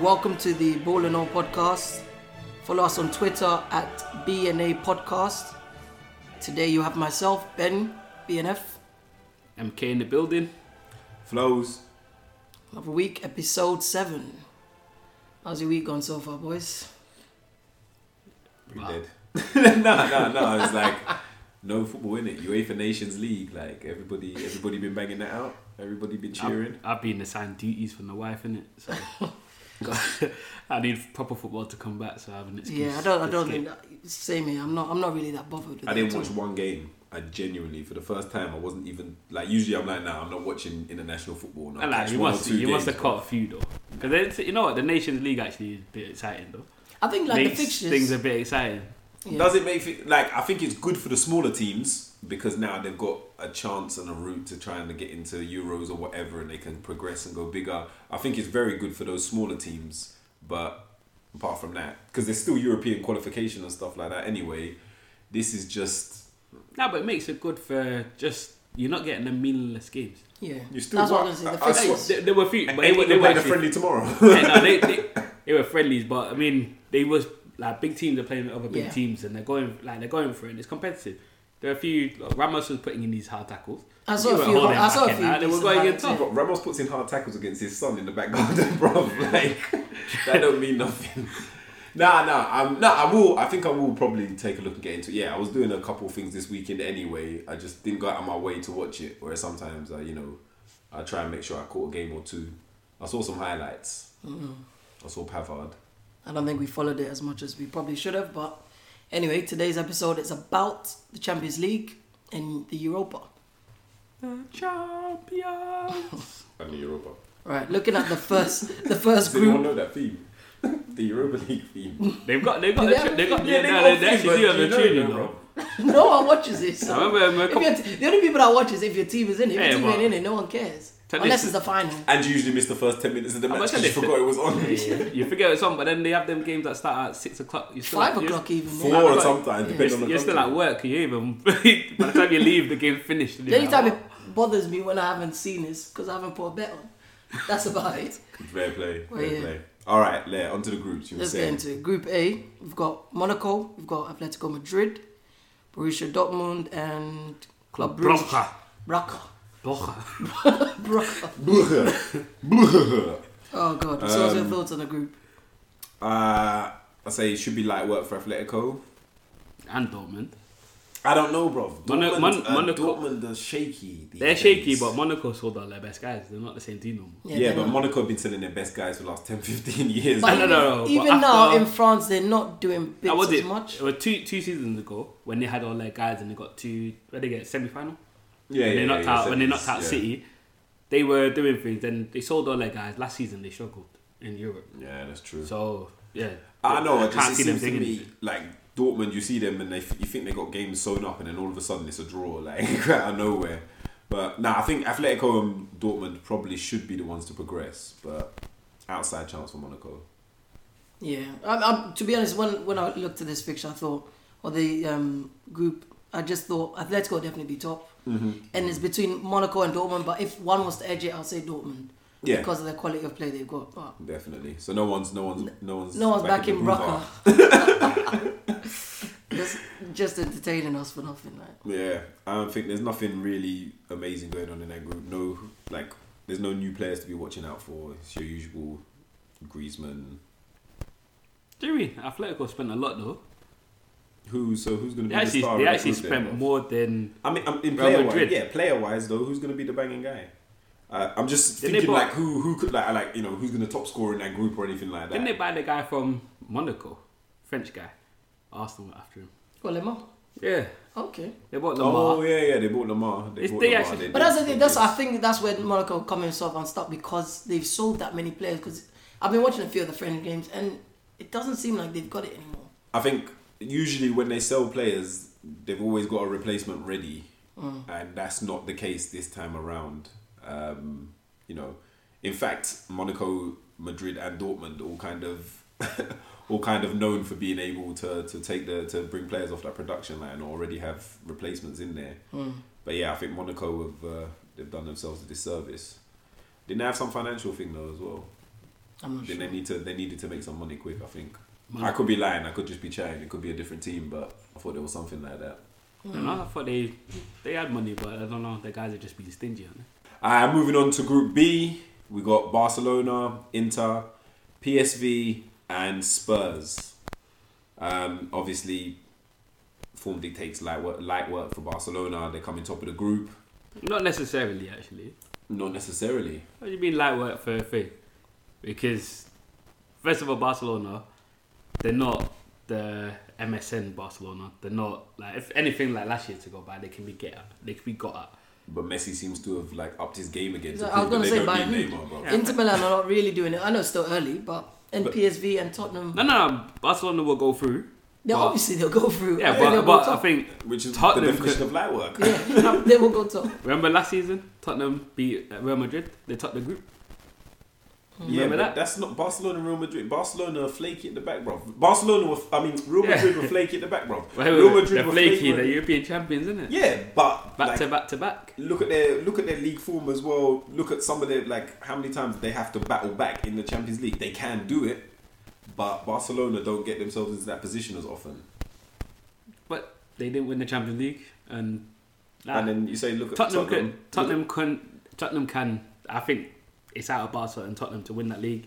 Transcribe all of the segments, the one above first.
welcome to the Ball and All podcast. Follow us on Twitter at BNA Podcast. Today you have myself, Ben, BNF. MK in the building. Flows. Another week, episode 7. How's your week gone so far, boys? We did. no, no, no. It's like no football in it. UEFA Nations League. Like everybody, everybody been banging that out. Everybody Um, been cheering. I've been assigned duties from the wife, innit? So I need proper football to come back, so I have an excuse. Yeah, I don't. I to don't escape. think that, same here. I'm not. I'm not really that bothered. With I it didn't at all. watch one game. I genuinely, for the first time, I wasn't even like. Usually, I'm like, nah, I'm not watching international football. No, I like, you must, you must have caught a few though, because you know what, the Nations League actually is a bit exciting though. I think like Makes the fixtures. things a bit exciting. yeah. Does it make it like? I think it's good for the smaller teams because now they've got a chance and a route to trying to get into Euros or whatever, and they can progress and go bigger. I think it's very good for those smaller teams, but apart from that, because there's still European qualification and stuff like that. Anyway, this is just No, but it makes it good for just you're not getting the meaningless games. Yeah. You still That's what want- I'm gonna I- say. I The swear- fixtures. There, there were a few, but they, they, were- they were playing a actually- friendly tomorrow. yeah, no, they, they, they were friendlies, but I mean, they was like big teams are playing with other big Yeah. teams, and they're going like they're going for it. And it's competitive. There are a few. Like, Ramos was putting in these hard tackles. I saw You a were few. holding I saw back a in few. that. They were decent going in highlights, top. yeah. Bro, Ramos puts in hard tackles against his son in the back garden, bro. Like that don't mean nothing. Nah, nah, I'm nah, I will I think I will probably take a look and get into it. Yeah, I was doing a couple things this weekend anyway. I just didn't go out of my way to watch it. Whereas sometimes I, you know, I try and make sure I caught a game or two. I saw some highlights. Mm-hmm. I saw Pavard. I don't think we followed it as much as we probably should have. But anyway, today's episode is about the Champions League and the Europa. The champions. And the Europa. Right, looking at the first, the first Does anyone group. know that theme? the Europa League theme. they've got they've got Do the they tr- have they've got Yeah, yeah, they no, got they, they theme, actually but do have you a know tune that, in bro. though. no one watches this. I remember, um, If your t- the only people that watch is if your team is in it. If Yeah, your team but- ain't in it, no one cares. Tell Unless this- it's the final. And you usually miss the first ten minutes of the match must because say you this- forgot it was on. you forget it's on, but then they have them games that start at six o'clock. You're still Five you're- o'clock even. yeah. Four or sometimes, Yeah. depending on You're, the you're still country. at work. You even by the time you leave, the game's finished. and The you're only like, time it bothers me when I haven't seen is because I haven't put a bet on. That's about it. Fair play. Oh, Fair yeah. play. All right, Lair, onto the groups. You were Let's get saying. into it. Group A, we've got Monaco, we've got Atletico Madrid, Borussia Dortmund, and Club Brugge. Brugge. Braca. Blocker. Braca. Oh, God. So, Um, what's your thoughts on the group? uh, I say it should be light work for Atletico. And Dortmund. I don't know, bro. Mono- Dortmund, Mon- uh, Monaco- Dortmund are shaky. these They're days. shaky, but Monaco sold out their best guys. They're not the same team no more. Yeah, they're but not- Monaco have been selling their best guys for the last 10, 15 years. But No, no, even, no, no, but even now after- in France, they're not doing bits That was as it. much. It was two two seasons ago when they had all their guys and they got to where they get semi final. yeah, when they knocked out when they semis, knocked out yeah. City, they were doing things. Then they sold all their guys. Last season they struggled in Europe. Yeah, that's true. So yeah, I uh, know. I just it seems to doing me anything. like Dortmund. You see them and they f- you think they got games sewn up, and then all of a sudden it's a draw, like out of nowhere. But now I think Atletico and Dortmund probably should be the ones to progress, but outside chance for Monaco. Yeah, I'm, I'm, to be honest, when when I looked at this picture, I thought, or the um, group, I just thought Atletico would definitely be top, and it's between Monaco and Dortmund. But if one was to edge it, I'd say Dortmund, Yeah. because of the quality of play they've got. But Definitely. So no one's no one's no one's no one's back in the Brugge. Braca. That's just entertaining us for nothing, right? Yeah, I don't think there's nothing really amazing going on in that group. No, like there's no new players to be watching out for. It's your usual Griezmann. Jerry Atletico spent a lot though. Who so who's going They to be actually the star? they of that actually group then, spent bro? more than I mean, I'm, Real in player Madrid. wise, yeah, player wise though, who's gonna be the banging guy? Uh, I'm just Didn't thinking they buy- like who who could like I like you know who's gonna top score in that group or anything like that. didn't they buy the guy from Monaco, French guy, Arsenal were after him. Well, Lemar. Yeah, Okay, they bought Lamar. Oh yeah, yeah, they bought Lamar. They It's- bought they Lamar. actually- They but did. that's the They thing. That's did. I think that's where Monaco come himself unstuck because they've sold that many players. Because I've been watching a few of the friendly games, and it doesn't seem like they've got it anymore. I think usually when they sell players, they've always got a replacement ready, and that's not the case this time around. Um, you know, in fact, Monaco, Madrid, and Dortmund all kind of all kind of known for being able to to take the to bring players off that production line or already have replacements in there. But yeah, I think Monaco have uh, they've done themselves a disservice. Didn't they have some financial thing though as well? I'm not Then sure. they need to they needed to make some money quick. I think Man- I could be lying. I could just be chatting. It could be a different team, but I thought there was something like that. Mm. I don't know. I thought they they had money, but I don't know. The guys are just being stingy on it. All right, moving on to Group B. We got Barcelona, Inter, PSV, and Spurs. Um, obviously, form dictates light work, light work for Barcelona. They come in top of the group. Not necessarily, actually. Not necessarily. What do you mean light work for free? Because first of all, Barcelona, they're not the MSN Barcelona. They're not like if anything like last year to go by, they can be get at, they can be got at. But Messi seems to have like upped his game again. So I was prove gonna that say they by don't need who? Neymar, bro. Inter Milan are not really doing it. I know it's still early, but and But- PSV and Tottenham, No, no, no, Barcelona will go through. they but- obviously they'll go through. Yeah, They'll but, go but I top. think Which is Tottenham the definition could- of light work. yeah, they will go top. remember last season Tottenham beat uh, Real Madrid. They topped the group. Yeah, Remember but that? that's not Barcelona and Real Madrid. Barcelona are flaky at the back, bro. Barcelona were, I mean, Real Yeah. Madrid were flaky at the back, bro. Wait, wait, Real wait, Madrid they're were flaky. flaky. They're European champions, isn't it? Yeah, but Back like, to back to back. look at their look at their league form as well. Look at some of their like how many times they have to battle back in the Champions League. They can do it, but Barcelona don't get themselves into that position as often. But they didn't win the Champions League, and, And then you say, look at Tottenham, Tottenham. can Tottenham can Tottenham can I think it's out of Barca and Tottenham to win that league,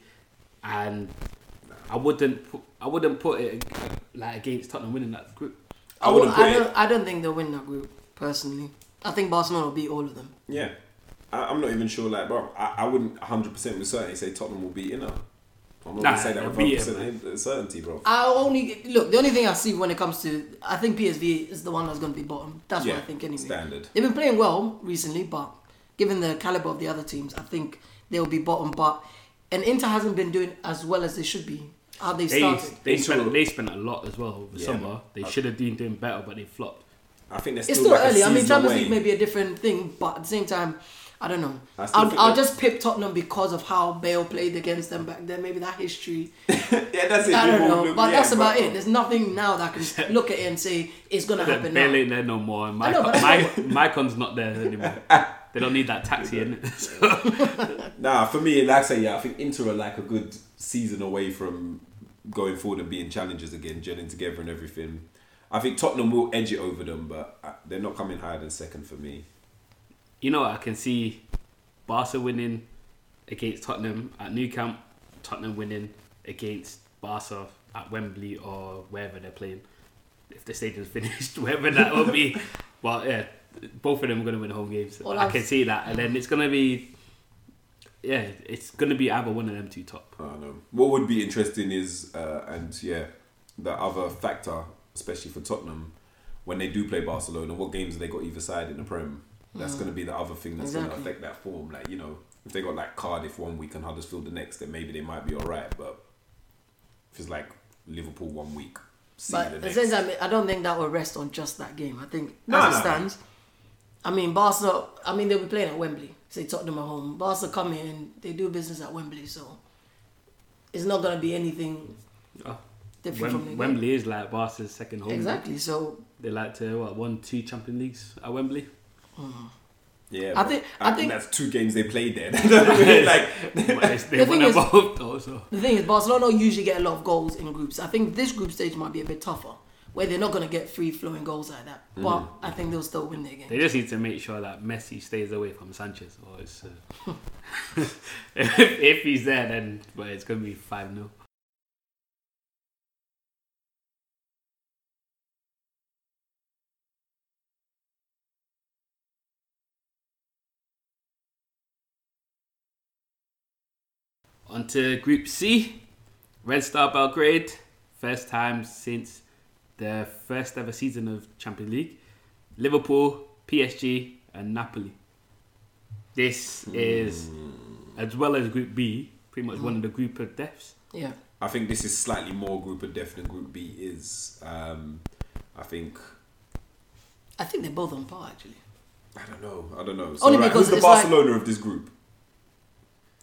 and I wouldn't put, I wouldn't put it like against Tottenham winning that group. I I, wouldn't I put it- don't. I don't think they'll win that group personally. I think Barcelona will beat all of them. Yeah, I, I'm not even sure. Like, bro, I, I wouldn't 100 percent with certainty say Tottenham will beat Inter. I'm not Nah, gonna say that they'll with beat 100 percent certainty, bro. I only look. The only thing I see when it comes to, I think PSV is the one that's going to be bottom. That's yeah, what I think anyway. standard. They've been playing well recently, but given the caliber of the other teams, I think they'll be bottom. But and Inter hasn't been doing as well as they should be. How they They started. they Inter- spent, they spent a lot as well over Yeah. summer. They should have been doing better, but they flopped. I think there's It's still, still like early. A I mean, season Champions away. League may be a different thing, but at the same time, I don't know. I still I'll, think I'll that- just pip Tottenham because of how Bale played against them back then. Maybe that history. yeah, that's it. I don't People know, look- but yeah, that's about it. There's nothing now that I can look at it and say it's gonna happen now. Barely there no more. And I know, Mycon, but My, Mycon's not there anymore. They don't need that taxi in it. Nah, for me, like I say, yeah, I think Inter are like a good season away from going forward and being challengers again, gelling together and everything. I think Tottenham will edge it over them, but uh, they're not coming higher than second for me. you know, I can see Barca winning against Tottenham at New Camp, Tottenham winning against Barca at Wembley or wherever they're playing. If the stadium's finished, wherever that will be. But yeah, both of them are going to win home games. Well, I I've- can see that. And then it's going to be, yeah, it's going to be either one of them two top. I don't know. Um, What would be interesting is, uh, and yeah, the other factor, especially for Tottenham, when they do play Barcelona, what games have they got either side in the Prem? That's going to be the other thing that's going Hmm. Exactly. to affect that form. Like, you know, if they got like Cardiff one week and Huddersfield the next, then maybe they might be all right. But if it's like Liverpool one week, see But the at the next. same time, I don't think that will rest on just that game. I think No, as no, it no. stands, I mean Barca. I mean they'll be playing at Wembley. Say Tottenham at home. Barca come in, they do business at Wembley, so it's not gonna be anything Oh, different from the game. Wem- Wembley is like Barca's second home. Exactly. So They like to, what, won two Champions Leagues at Wembley? Yeah, I but think- I think- that's two games they played there. like, But it's- they The won thing them is- both, though, so. the thing is, Barcelona usually get a lot of goals in groups. I think this group stage might be a bit tougher, where they're not gonna get free flowing goals like that. But I think they'll still win their game. They just need to make sure that Messi stays away from Sanchez, or it's uh, if, if he's there, then well, it's gonna be five 0 On to Group C, Red Star Belgrade, first time since the first ever season of Champions League. Liverpool, PSG, and Napoli. This is, Hmm. as well as Group B, pretty much one of the group of deaths. Yeah. I think this is slightly more group of death than group B is. Um, I think I think they're both on par actually. I don't know. I don't know. So, Only right, because who's the it's like- Barcelona of this group?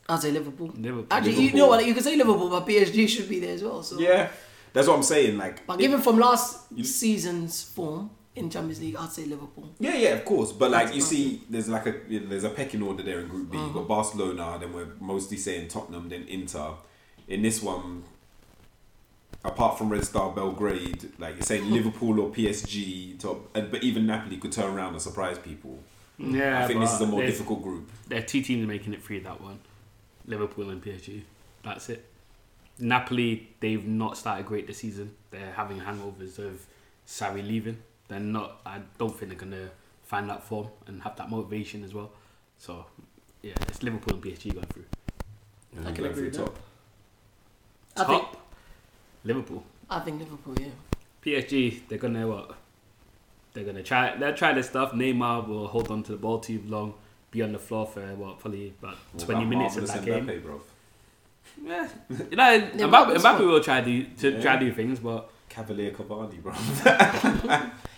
I'd say Liverpool. Liverpool. Actually, you Liverpool. know what? You can say Liverpool, but PSG should be there as well. So Yeah, that's what I'm saying. Like, Oh. But given from last You- season's form in Champions League, I'd say Liverpool. yeah, yeah, of course. But That's like, Mm-hmm. you fine. see, there's like a there's a pecking order there in Group B. You have got Barcelona, then we're mostly saying Tottenham, then Inter, in this one, apart from Red Star Belgrade, like you're Hmm. saying Liverpool or PSG top, and, but even Napoli could turn around and surprise people. Yeah, I think this but is a more there's- difficult group. There are two teams making it free that one Liverpool and PSG. That's it. Napoli, they've not started great this season. They're having hangovers of Sarri leaving. They're not, I don't think they're going to find that form and have that motivation as well. So, yeah, it's Liverpool and PSG going through. And I I'm can going agree for with top. I Top, think Liverpool. I think Liverpool. Yeah. PSG, they're gonna what? They're gonna try. They'll try this stuff. Neymar will hold on to the ball too long, be on the floor for what, probably about Well, twenty that minutes of marvellous that game. Mbappe, bro. Yeah, you know, Mbappe, Neymar's Mbappe fun. will try do to Yeah. try do things, but Cavalier Cavani, bro.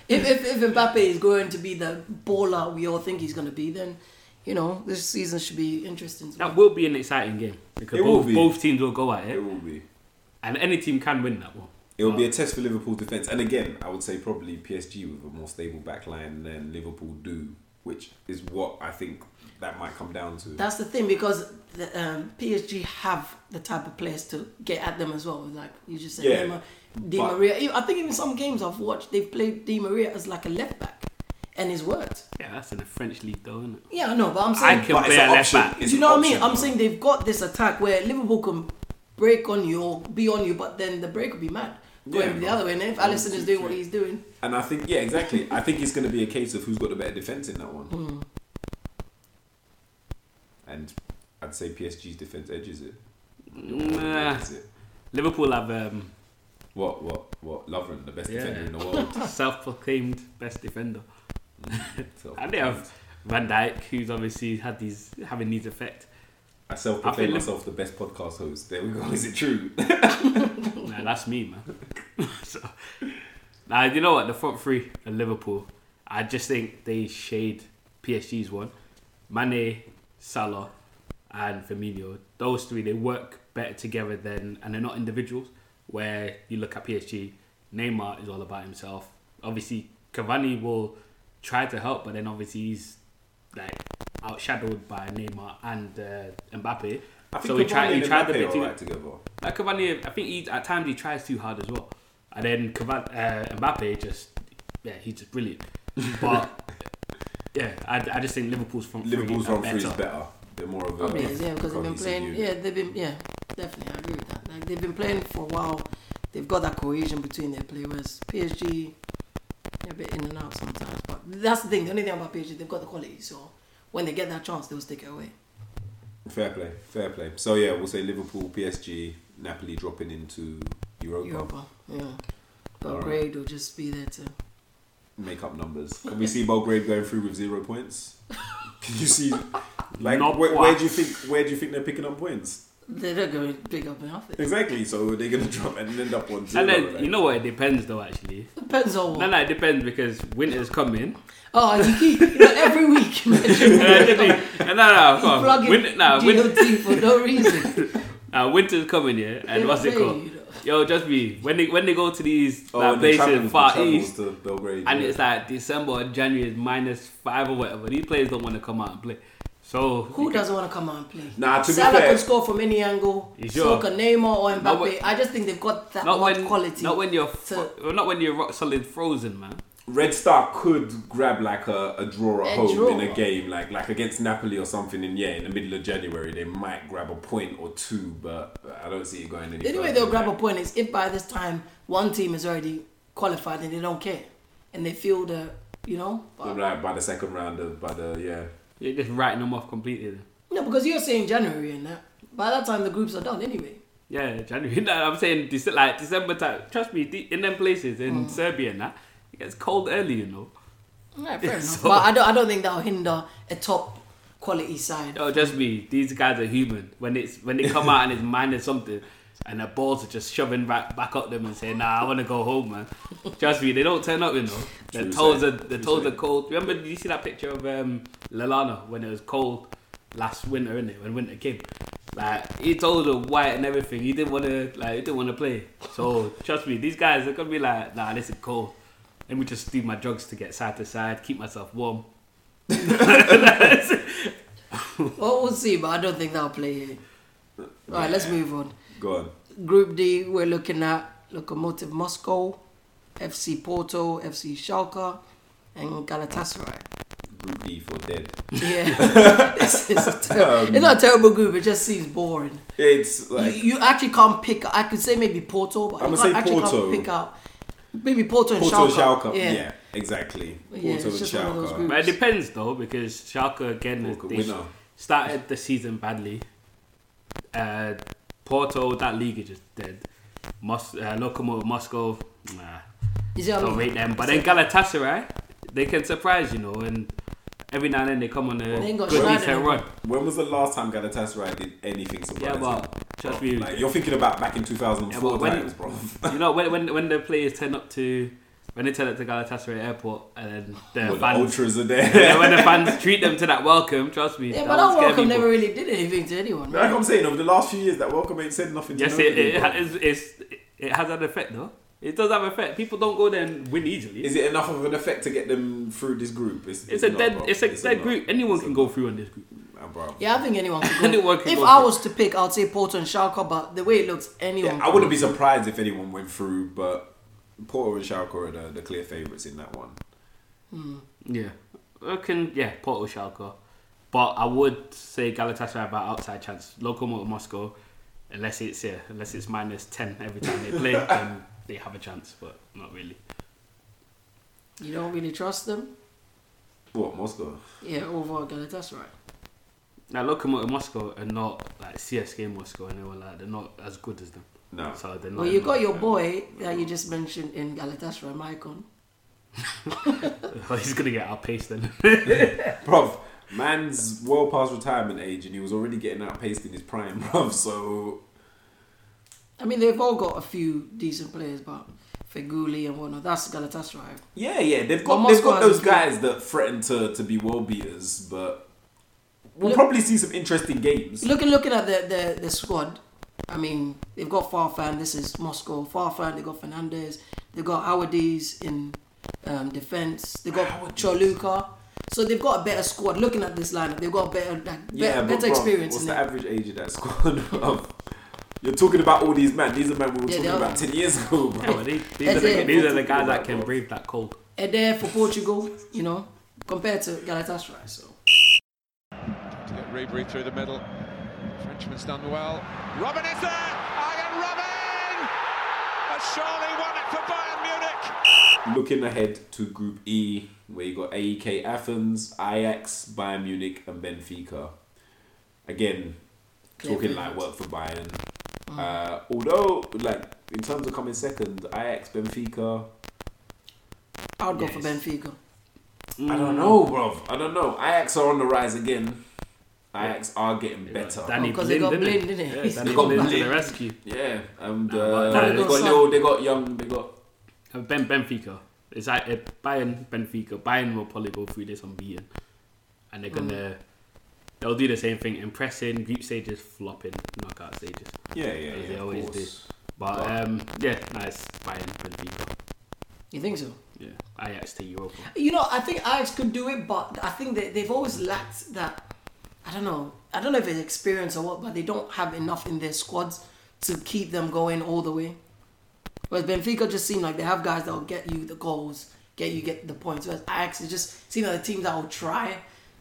If, if if Mbappe is going to be the baller we all think he's going to be, then you know this season should be interesting. to that watch. will be an exciting game because It will both, be. both teams will go at it it, will be. and any team can win that one. It will be a test for Liverpool's defence. And again, I would say probably PSG with a more stable back line than Liverpool do, which is what I think that might come down to. That's the thing because the, um, PSG have the type of players to get at them as well. Like you just said, Yeah, Neymar, Di but- Maria. Even- I think even some games I've watched, they've played Di Maria as like a left back, and it's worked. Yeah, that's in the French league, though, isn't it? Yeah, I know, but I'm I saying, can But play it's an a left option. back. It's do you an know what I mean? option, I'm bro. saying they've got this attack where Liverpool can break on you or be on you, but then the break will be mad going Yeah, the bro. other way. And if One, Allison two, is doing what three. he's doing, And I think, yeah, exactly. I think it's going to be a case of who's got the better defence in that one. Hmm. And I'd say PSG's defence edges it. Nah. Edges it. Liverpool have um, What, what, what? Lovren, the best Yeah. defender in the world. self-proclaimed best defender. So- And they have Van Dijk, who's obviously had these having these effect. I self I think proclaim Liv- myself the best podcast host. There we go. Is it true? Nah, that's me, man. so, now you know what the front three and Liverpool. I just think they shade PSG's one. Mane, Salah, and Firmino. Those three they work better together than, and they're not individuals. Where you look at PSG, Neymar is all about himself. Obviously, Cavani will try to help, but then obviously he's like outshadowed by Neymar and uh, Mbappe. I think So we Cavani tried. and We tried the Mbappe bit are too. right together. Like Cavani, I think he at times he tries too hard as well, and then Cavani, uh, Mbappe just yeah he's just brilliant. But yeah, I, I just think Liverpool's front three Liverpool's are front three is uh, better. better. They're more of a Obvious, yeah, because they've been cohesive playing. unit. Yeah, they've been. Yeah, definitely, I agree with that. Like they've been playing for a while. They've got that cohesion between their players. PSG, they're a bit in and out sometimes, but that's the thing. The only thing about PSG, they've got the quality. So when they get that chance, they'll stick it away. Fair play, fair play. So yeah, we'll say Liverpool, PSG, Napoli dropping into Europa. Europa, yeah. All right. Belgrade will just be there to. Make up numbers. Can we see Belgrade going through with zero points? Can you see? Like, Not where, where quite. do you think? Where do you think they're picking up points? They're not going to pick up nothing. Exactly. So they're gonna drop and end up on zero. And then like- you know what? It depends though actually. Depends on No, what. no, it depends because winter's coming. Oh, you keep you know, every week. and mentioning I just think- no, no, Um, come on. Plugging Winter, nah, winter, GOT for no reason. nah, winter's coming, yeah. And They what's it play, called? you know. Yo, just be when they when they go to these oh, like, and the places travels, in the Far travels East, to Belgrade. and yeah. it's like December or January is minus five or whatever. These players don't want to come out and play. So Who doesn't want to come out and play? Nah, to be Salah fair- can score from any angle. He's So your- can Neymar or Mbappe. Not when- I just think they've got that not one when quality. not when you're to- fro- not when you're rock solid frozen, man. Red Star could grab like a, a draw A at home draw. in a game, like like against Napoli or something. And yeah, in the middle of January, they might grab a point or two, but I don't see it going any. the only way further they'll than grab a that. point is if by this time one team is already qualified and they don't care, and they feel the you know. But, Like, by the second round of by the yeah. You're just writing them off completely. Then. no, because you're saying January and that. By that time the groups are done anyway. Yeah, January. No, I'm saying Dece- like December time. Trust me, the- in them places in Serbia and that, it gets cold early. You know, Yeah, fair enough. So- but I don't. I don't think that'll hinder a top quality side. no, just Oh, me. These guys are human. When it's when they come out and it's minus something, and the balls are just shoving back back up them and saying, "Nah, I want to go home, man." Trust me, they don't turn up. You know, their True toes say. are their True toes are say. cold. Remember, did you see that picture of um, Lalana when it was cold last winter, innit? When winter came, like he told her white and everything. He didn't want to, like, he didn't want to play. So trust me, these guys are gonna be like, nah, this is cold. Let me just do my drugs to get side to side, keep myself warm. Well, we'll see. But I don't think that'll play here. All right, let's move on. Go on. Group D, we're looking at Lokomotiv Moscow, FC Porto, FC Schalke, and Galatasaray. Group D for dead. Yeah, it's, it's, a ter- it's not a terrible group. It just seems boring. It's You- Um, like you, actually can't pick. I could say maybe Porto, but I'm you can't, gonna say actually Porto. can't pick out. Maybe Porto and Porto Schalke. Schalke. Yeah. Yeah. exactly. Yeah, Porto it's and just one of those Schalke. groups. But it depends though, because Schalke again Schalke they winner. started the season badly. Uh, Porto, that league is just dead. Mos- uh, Lokomotive Moscow, nah, You see what I don't mean? rate them. But then Galatasaray, they can surprise, you know, and every now and then they come on a They ain't got good Schneider decent anymore. run. When was the last time Galatasaray did anything Yeah, surprising? but trust me, like, you're thinking about back in 2004 Yeah, but when- times, bro. you know when when when the players turn up to when they turn up to Galatasaray airport and then the When the fans. ultras are there. yeah, when the fans treat them to that welcome, trust me. Yeah, but that would that scare welcome people. never really did anything to anyone. Like Right? I'm saying, over the last few years, that welcome ain't said nothing. Yes, to it, nobody, it, bro. ha- it's, it's, it has an effect, though. It does have effect. People don't go there and win easily. Is it enough of an effect to get them through this group? it's a not, dead. bro. It's a dead not. group. Anyone It's can a- go through on this group. Ah, bro. Yeah, I think anyone could go. Anyone can if go I through. was to pick, I'd say Porto and Schalke. But the way it looks, anyone. Yeah, I could go. wouldn't be surprised if anyone went through, but Porto and Schalke are the, the clear favourites in that one. Yeah, I can. Yeah, Porto Schalke, but I would say Galatasaray have an outside chance. Lokomotiv Moscow, unless it's yeah, unless it's minus ten every time they play, then they have a chance, but not really. You don't really trust them. What Moscow? Yeah, over Galatasaray. Now Lokomotiv Moscow are not like CSK Moscow, and they were like they're not as good as them. No, So they're not. Well, you got your no. boy that you just mentioned in Galatasaray, Maicon. he's gonna get outpaced then. bruv. Man's well past retirement age, and he was already getting outpaced in his prime, bruv. So I mean, they've all got a few decent players, but Feguli and whatnot. That's Galatasaray. yeah, yeah, they've But got they've Moscow got has those a few- guys that threaten to to be world beaters, but we'll Look- probably see some interesting games. Looking, looking at the, the, the squad, I mean, they've got Farfan. This is Moscow. Farfan. They got Fernandez. They got Awadis in um, defense. They got Aouadiz. Choluka. So they've got a better squad. Looking at this lineup, they've got a better like, be- Yeah, but better bruv, experience. What's In the it. average age of that squad? bruv? You're talking about all these men. These are men we were Yeah, they talking are. about ten years ago, Yeah, but bro. Oh, they- these, are That's the, it. these are the guys that can breathe that cold. And there for Portugal, you know, compared to Galatasaray. So to get Ribery through the middle. Frenchman's done well. Robin is there! Ian Robin! Has surely won it for Bayern Munich! Looking ahead to Group E, where you got AEK Athens, Ajax, Bayern Munich, and Benfica. Again, Clear Mm. talking favourites. like work for Bayern. Uh, although, like in terms of coming second, Ajax, Benfica. I would go for Yes. Benfica. I Mm. don't know, bro. I don't know. Ajax are on the rise again. Ajax are getting better. Danny Oh, 'cause they Blind, got didn't Blind, it? didn't it? Yeah, Danny They got Blind to the Blind. rescue. yeah, and but- uh, No, they they got got some. Leo, they got Young, they got Uh, Ben Benfica. It's like uh, Bayern Benfica. Bayern will probably go through this unbeaten, and they're gonna Mm. they'll do the same thing: impressing group stages, flopping knockout stages. Yeah, yeah, As yeah. they of always do. course. But Wow. um, yeah, nice Bayern Benfica. You think so? Yeah, Ajax to Europa. You know, I think Ajax could do it, but I think they, they've always lacked that. I don't know. I don't know if it's experience or what, but they don't have enough in their squads to keep them going all the way. Whereas Benfica just seem like they have guys that will get you the goals, get you get the points. Whereas Ajax, it just seems like a team that will try,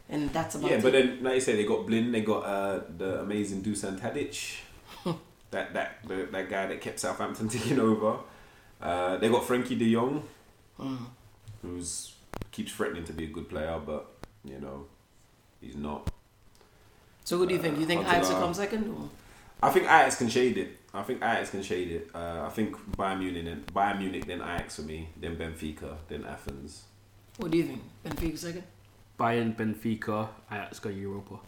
and that's about Yeah, it. but then like you say, they got Blin, they got uh, the amazing Dusan Tadic, that that the, that guy that kept Southampton taking over. Uh, they got Frankie De Jong, Hmm. who's keeps threatening to be a good player, but you know he's not. so who do you think? You think Alcantara. Ajax will come second? Or? I think Ajax can shade it. I think Ajax can shade it. Uh, I think Bayern Munich, then Bayern Munich, then Ajax for me, then Benfica, then Athens. What do you think? Benfica second? Bayern Benfica. Ajax go Europa.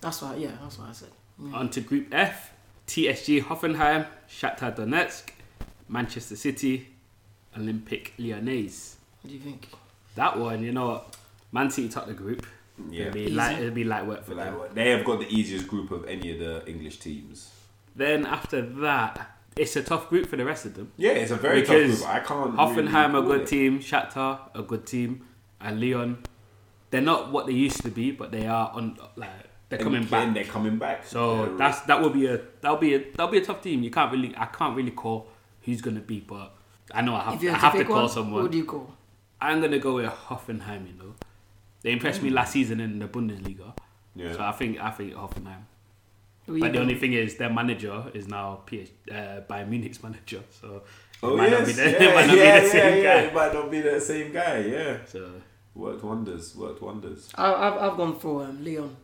That's what. Yeah, that's what I said. On to Group F: TSG Hoffenheim, Shakhtar Donetsk, Manchester City, Olympic Lyonnais. What do you think? That one, you know what? Man City top the group. Yeah. It'll be, Easy. light, it'll be light work for But like, them. what- they have got the easiest group of any of the English teams. Then after that, it's a tough group for the rest of them. Yeah, it's a very Because tough group. I can't. Hoffenheim, really a call good it. team. Shakhtar, a good team. And Leon, they're not what they used to be, but they are on like they're And coming again, back. They're coming back. So They're- that's that will be a that'll be a that'll be a tough team. You can't really I can't really call who's gonna be, but I know I have, If you I had have to to pick call one, someone. who do you call? I'm gonna go with Hoffenheim. You know, they impressed Hmm. me last season in the Bundesliga. Yeah. So I think I think Hoffenheim. Who you But the go? only thing is, their manager is now PS, uh, Bayern Munich's manager, so Oh it might yes, not be the, yeah, it might not yeah, be the yeah, same yeah. guy. It might not be the same guy. Yeah, So worked wonders. Worked wonders. I, I've, I've gone for um, Leon.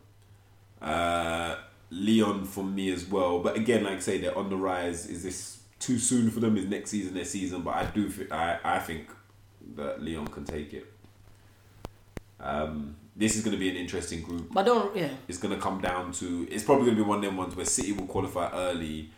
Uh, Leon for me as well. But again, like I say, they're on the rise. Is this too soon for them? Is next season their season? But I do. thi- I I think that Leon can take it. Um, this is going to be an interesting group. But don't, yeah. It's going to come down to. It's probably going to be one of them ones where City will qualify early,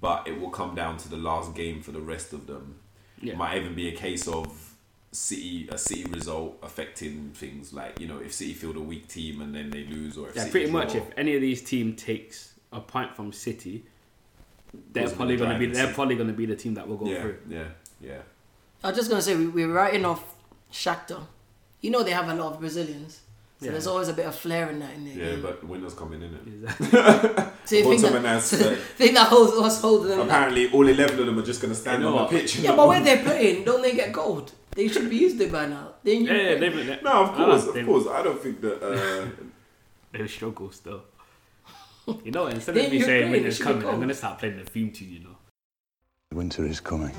but it will come down to the last game for the rest of them. Yeah. It might even be a case of City a City result affecting things like you know if City field a weak team and then they lose or if yeah, City pretty much. draw. If any of these team takes a point from City, they're Who's probably gonna gonna be drive they're City? probably gonna be the team that will go yeah, through. yeah, yeah. I was just going to say, we, we're writing off Shakhtar. You know they have a lot of Brazilians. So Yeah. there's always a bit of flair in that in there. Yeah, but winners coming in it. Exactly. so you Bought think someone that, else, uh, think that holds us holding them back. Apparently, all eleven of them are just going to stand You know on what? the pitch. and Yeah, not- but when they're playing, don't they get gold? They should be used to by now. Then you, Yeah, yeah, they've, they no, of course, Ah, they, of course. I don't think that. Uh, They struggle still. You know, instead Then of me you're saying playing, when it it's should be coming, I'm cold. gonna start playing the theme tune. You know, Winter is coming.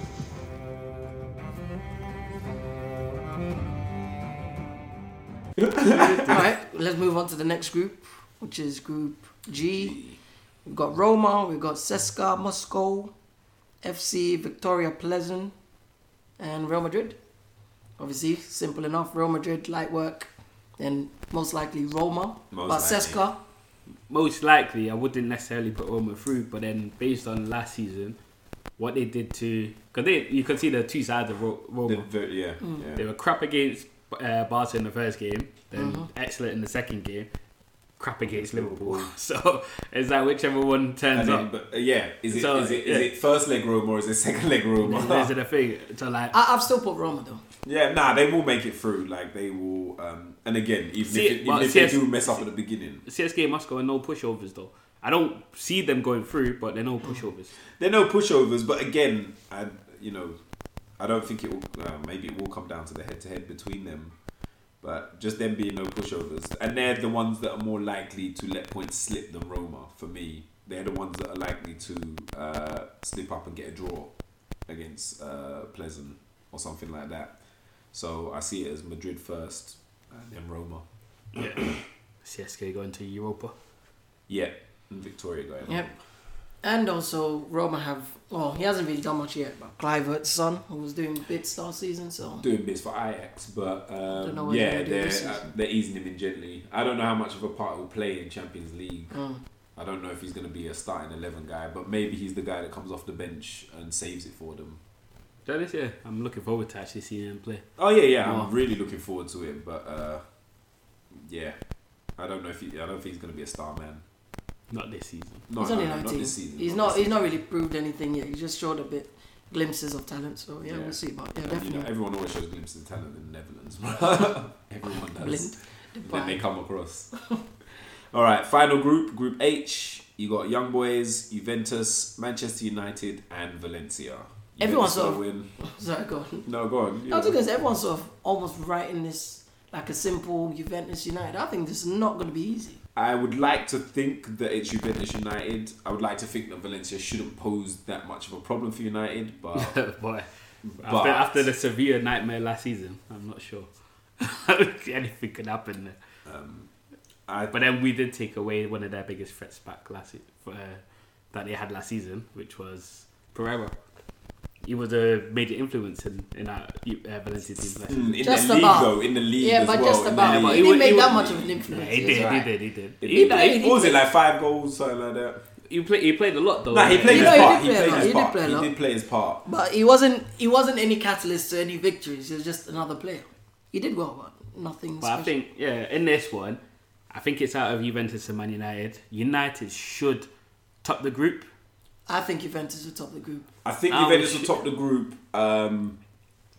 All right, let's move on to the next group, which is Group G. We've got Roma, we've got CSKA Moscow, FC Victoria Pleasant, and Real Madrid. Obviously, simple enough. Real Madrid, light work, and most likely Roma. Most but likely. CSKA, most likely I wouldn't necessarily put Roma through, but then based on last season, what they did to because they you can see the two sides of Ro- Roma. the, the, yeah, They yeah. were crap against uh, Barca in the first game, then Mm-hmm. excellent in the second game, crap against Liverpool. so it's like whichever one And turns then, up. but uh, yeah, is it, So, is it, yeah. is it first leg Roma or is it second leg Those are Roma? the thing. So like, I, I've still put Roma though. yeah, nah, they will make it through. Like they will, um, and again, even See, if, it, even well, if CS they do mess up at the beginning, CSK Moscow are no pushovers though. I don't see them going through, but they're no pushovers. They're no pushovers, but again, I you know, I don't think it will. Uh, maybe it will come down to the head to head between them, but just them being no pushovers, and they're the ones that are more likely to let points slip than Roma. For me, they're the ones that are likely to uh, slip up and get a draw against uh, Pleasant or something like that. So I see it as Madrid first, and then Roma. Yeah. CSK going to Europa. Yeah, and Victoria going. Yep. And also Roma have. Well, he hasn't really done much yet, but Clivert's son, who was doing bits last season, so doing bits for Ajax, but um, know what they're yeah, gonna do they're this uh, season. they're easing him in gently. I don't know how much of a part he'll play in Champions League. um, I don't know if he's going to be a starting eleven guy, but maybe he's the guy that comes off the bench and saves it for them. Dennis, yeah, I'm looking forward to actually seeing them play. Oh yeah, yeah, Oh. I'm really looking forward to it, but uh, yeah, I don't know if he, I don't think he's going to be a star man. Not this season. No, he's no, only no, 19. not this season. He's this not. He's season. not really proved anything yet. He just showed a bit glimpses of talent. So yeah, Yeah. we'll see. But yeah, You know, definitely. everyone always shows glimpses of talent in the Netherlands. everyone does. Blind. then they Dubai. come across. All right, final group, Group H. You got Young Boys, Juventus, Manchester United, and Valencia. Juventus Everyone sort will of- win. Sorry, go on. No, go on. I was going everyone's sort of almost writing this like a simple Juventus United. I think this is not going to be easy. I would like to think that it's Juventus United. I would like to think that Valencia shouldn't pose that much of a problem for United, but but, But- after, after the severe nightmare last season, I'm not sure anything could happen there. Um, I But then we did take away one of their biggest threats back last se- for, uh, that they had last season, which was Pereira. He was a major influence in in our uh, Valencia team last season. in Just the league about. though, in the league yeah, as but well, just in the about. league. He He didn't would- make he that would- much of an Yeah, influence. he it's did, all he right. did, he did, It- he it- played. what was it like five goals, something like that? He played. He played a lot though. Nah, he played Oh, You his know, he part. did play a He lot, he did played his part. play a He lot. did play his part. But he wasn't. He wasn't any catalyst to any victories. He was just another player. He did well, but nothing. But I special. think yeah, in this one, I think it's out of Juventus and Man United. United should top the group. I think Juventus will top the group. I think Oh, Juventus shit. will top the group. Um,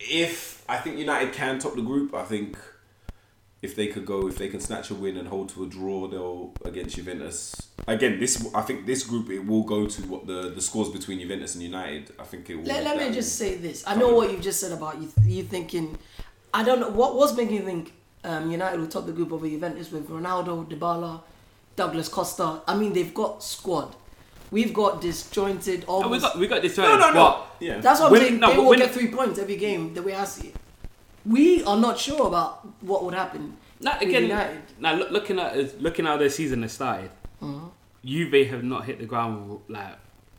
if I think United can top the group, I think if they could go, if they can snatch a win and hold to a draw, they'll against Juventus. Again, this I think this group it will go to what the the scores between Juventus and United. I think it will. Let, let that- me just say this. I know what you've just said about you, you thinking. I don't know what was making you think um, United will top the group over Juventus with Ronaldo, Dybala, Douglas Costa. I mean, they've got squad. We've got disjointed. Oh, Almost. we got we got this right. No, no, no. but- Yeah, That's what When- I'm saying. no, they but will when- get three points every game. The way I see it, we are not sure about what would happen. Now with again, United. now look, looking at is- looking how their season has started, Juve have not hit the ground like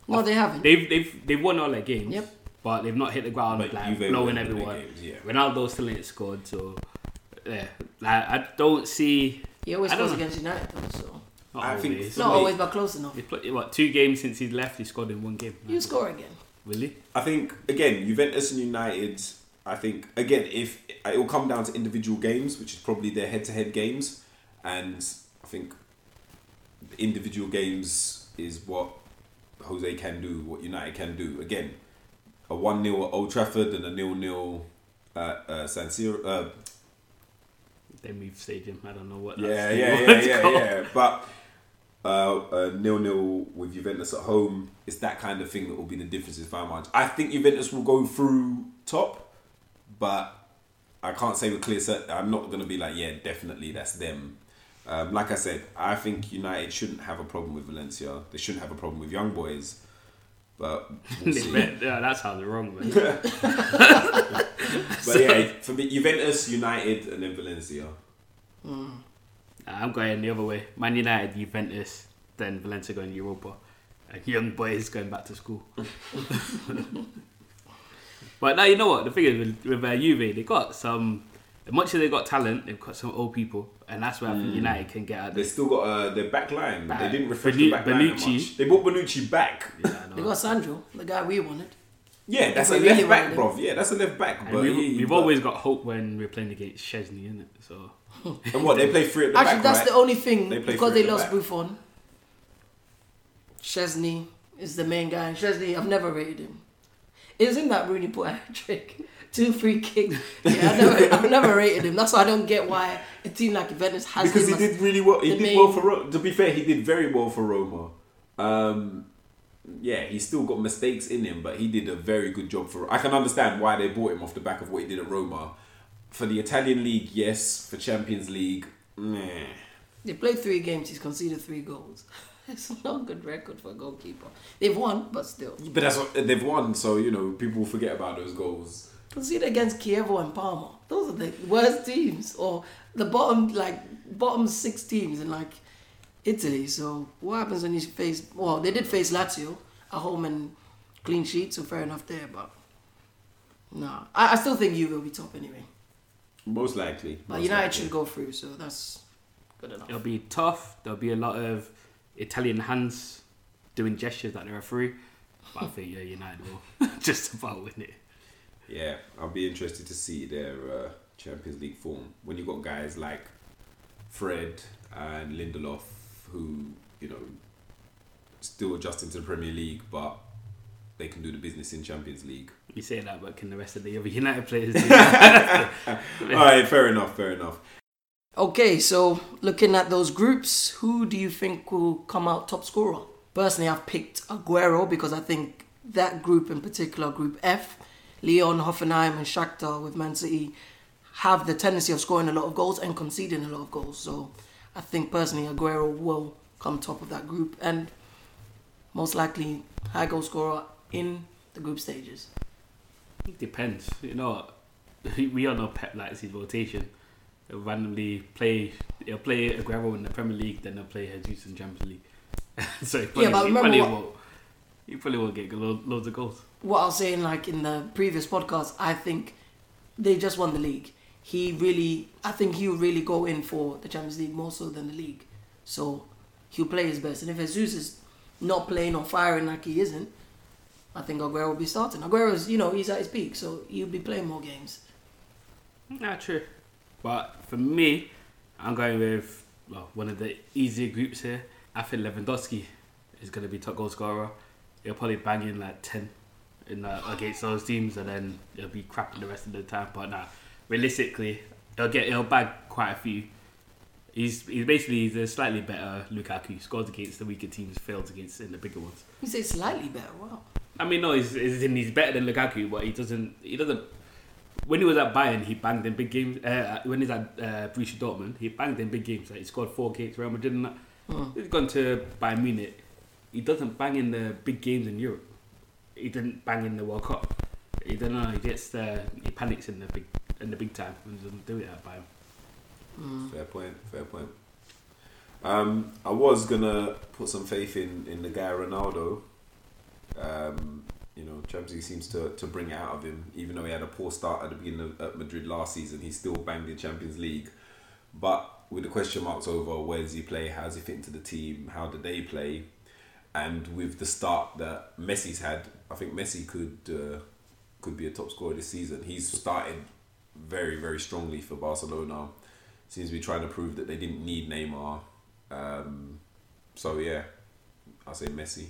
No, they haven't. they've they've they've won all their games. Yep. But they've not hit the ground But like Juve blowing won all their everyone. games, yeah. Ronaldo still ain't scored, so yeah. Like I don't see. he always I don't scores know. against United, though, so Not I think always. so. not Wait. always, but close enough. He's played, what two games since he's left? He scored in one game. You score again. really? I think again, Juventus and United. I think again, if it will come down to individual games, which is probably their head-to-head games, and I think the individual games is what Jose can do, what United can do. Again, a one 0 at Old Trafford and a nil nil at uh, San Siro. Uh, Then we've saved him. I don't know what. yeah, that's- yeah, yeah, what's yeah, called. yeah. But uh, uh, nil nil with Juventus at home. It's that kind of thing that will be the difference in final match. I think Juventus will go through top, but I can't say with clear cert. I'm not going to be like, yeah, definitely that's them. Um, like I said, I think United shouldn't have a problem with Valencia. They shouldn't have a problem with Young Boys. But we'll They see. bet- yeah, that's how they're wrong, man. But yeah, for me, Juventus, United, and then Valencia. I'm going the other way. Man United, Juventus, then Valencia going Europa, and young boys going back to school. but now you know what the thing is with, with uh, Juve, they got some. As much as they got talent, they've got some old people, and that's where I think United can get out. Hmm. They This, still got uh, their back line. They Back. didn't refresh Benu- the back line that Bonucci. much. They brought Benucci back. yeah, I They know. got Sandro, the guy we wanted. Yeah, that's we a really left back, wanted bro. Yeah, that's a left back. And But we've, he- we've but- always got hope when we're playing against Chesney, isn't it? So and what they play three at the Actually, back. that's right? the only thing They play because three they at the lost back. Buffon. Chesney is the main guy. Chesney, I've never rated him. Isn't that Rooney put a hat trick? Two free kicks. Yeah, I've never, I've never rated him. That's why I don't get why a team like Juventus has because he him as- did really well. He the did main- well for Roma. To be fair, he did very well for Roma. Um, yeah, he's still got mistakes in him, but he did a very good job for. I can understand why they bought him off the back of what he did at Roma. For the Italian league, yes. For Champions League, meh. They played three games. He's conceded three goals. It's not a good record for a goalkeeper. They've won, but still But that's what they've won, so you know people forget about those goals. conceded against Kievo and Parma. Those are the worst teams, or the bottom like bottom six teams in like Italy. So what happens when you face? Well, they did face Lazio at home and clean sheet, so fair enough there. But no, I, I still think you will be top anyway. Most likely, But most United likely. should go through, so that's good enough. it'll be tough. There'll be a lot of Italian hands doing gestures like the referee. But I think yeah, United will just about win it. Yeah, I'll be interested to see their uh, Champions League form when you got guys like Fred and Lindelof, who you know still adjusting to the Premier League, but they can do the business in Champions League. You say that, but can the rest of the other United players? Do All right, fair enough, fair enough. Okay, so looking at those groups, who do you think will come out top scorer? Personally, I've picked Aguero because I think that group in particular, Group F, Leon, Hoffenheim, and Shakhtar with Man City, have the tendency of scoring a lot of goals and conceding a lot of goals. So I think personally, Aguero will come top of that group and most likely high goal scorer in the group stages. Depends. You know, what? we all know Pep likes his rotation. He'll randomly play. He'll play Aguero in the Premier League, then he'll play Jesus in Champions League. so he probably, but he remember probablo what- won't. He probably won't get lo- loads of goals. what I was saying like in the previous podcast, I think they just won the league. He really I think he'll really go in for the Champions League more so than the league. So he'll play his best. And if Jesus is not playing or firing like he isn't, I think Aguero will be starting. Aguero's, you know, he's at his peak, so he'll be playing more games. Nah, true. But for me, I'm going with well, one of the easier groups here. I think Lewandowski is going to be top goal scorer. He'll probably bang in like 10 in uh, against those teams and then he'll be crapping the rest of the time. But nah, realistically, He'll get he'll bag quite a few. He's he's basically he's a slightly better Lukaku. Scores against the weaker teams, fails against in the bigger ones. You say slightly better. Wow. I mean, no, he's he's, in, he's better than Lukaku, but he doesn't he doesn't. When he was at Bayern, he banged in big games. Uh, when he's at uh, Borussia Dortmund, he banged in big games. Like he scored four against Real Madrid. And that. He's gone to Bayern Munich. He doesn't bang in the big games in Europe. He didn't bang in the World Cup. He don't know. He gets uh, he panics in the big in the big time and doesn't do it at Bayern. Mm. Fair point. Fair point. Um, I was gonna put some faith in in the guy Ronaldo. Um, you know, Champions League seems to to bring it out of him. Even though he had a poor start at the beginning of, at Madrid last season, he still banged in Champions League. But with the question marks over, where does he play? How does he fit into the team? How do they play? And with the start that Messi's had, I think Messi could uh, could be a top scorer this season. He's started very very strongly for Barcelona seems to be trying to prove that they didn't need Neymar. Um, so yeah, I say Messi.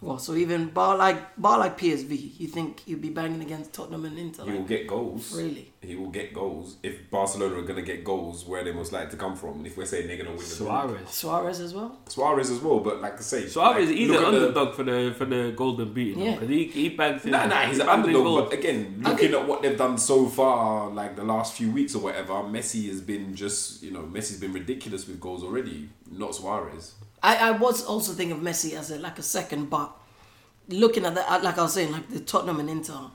Well, so even bar like bar like PSV, you think he'd be banging against Tottenham and Inter? He will Like, get goals. Really? He will get goals. If Barcelona are going to get goals, where are they most likely to come from? And if we're saying they're going to win the league. Suarez. Suarez as well. Suarez as well, but like I say, Suarez like, he's an look at the- underdog for the for the Golden Boot. Yeah. Yeah. He he bags in. No, no, he's he bags an in underdog. goals. But again, looking at what they've done so far, like the last few weeks or whatever, Messi has been just, you know, Messi's been ridiculous with goals already. Not Suarez. I, I was also thinking of Messi as a, like a second, but looking at that, like I was saying, like the Tottenham and Inter,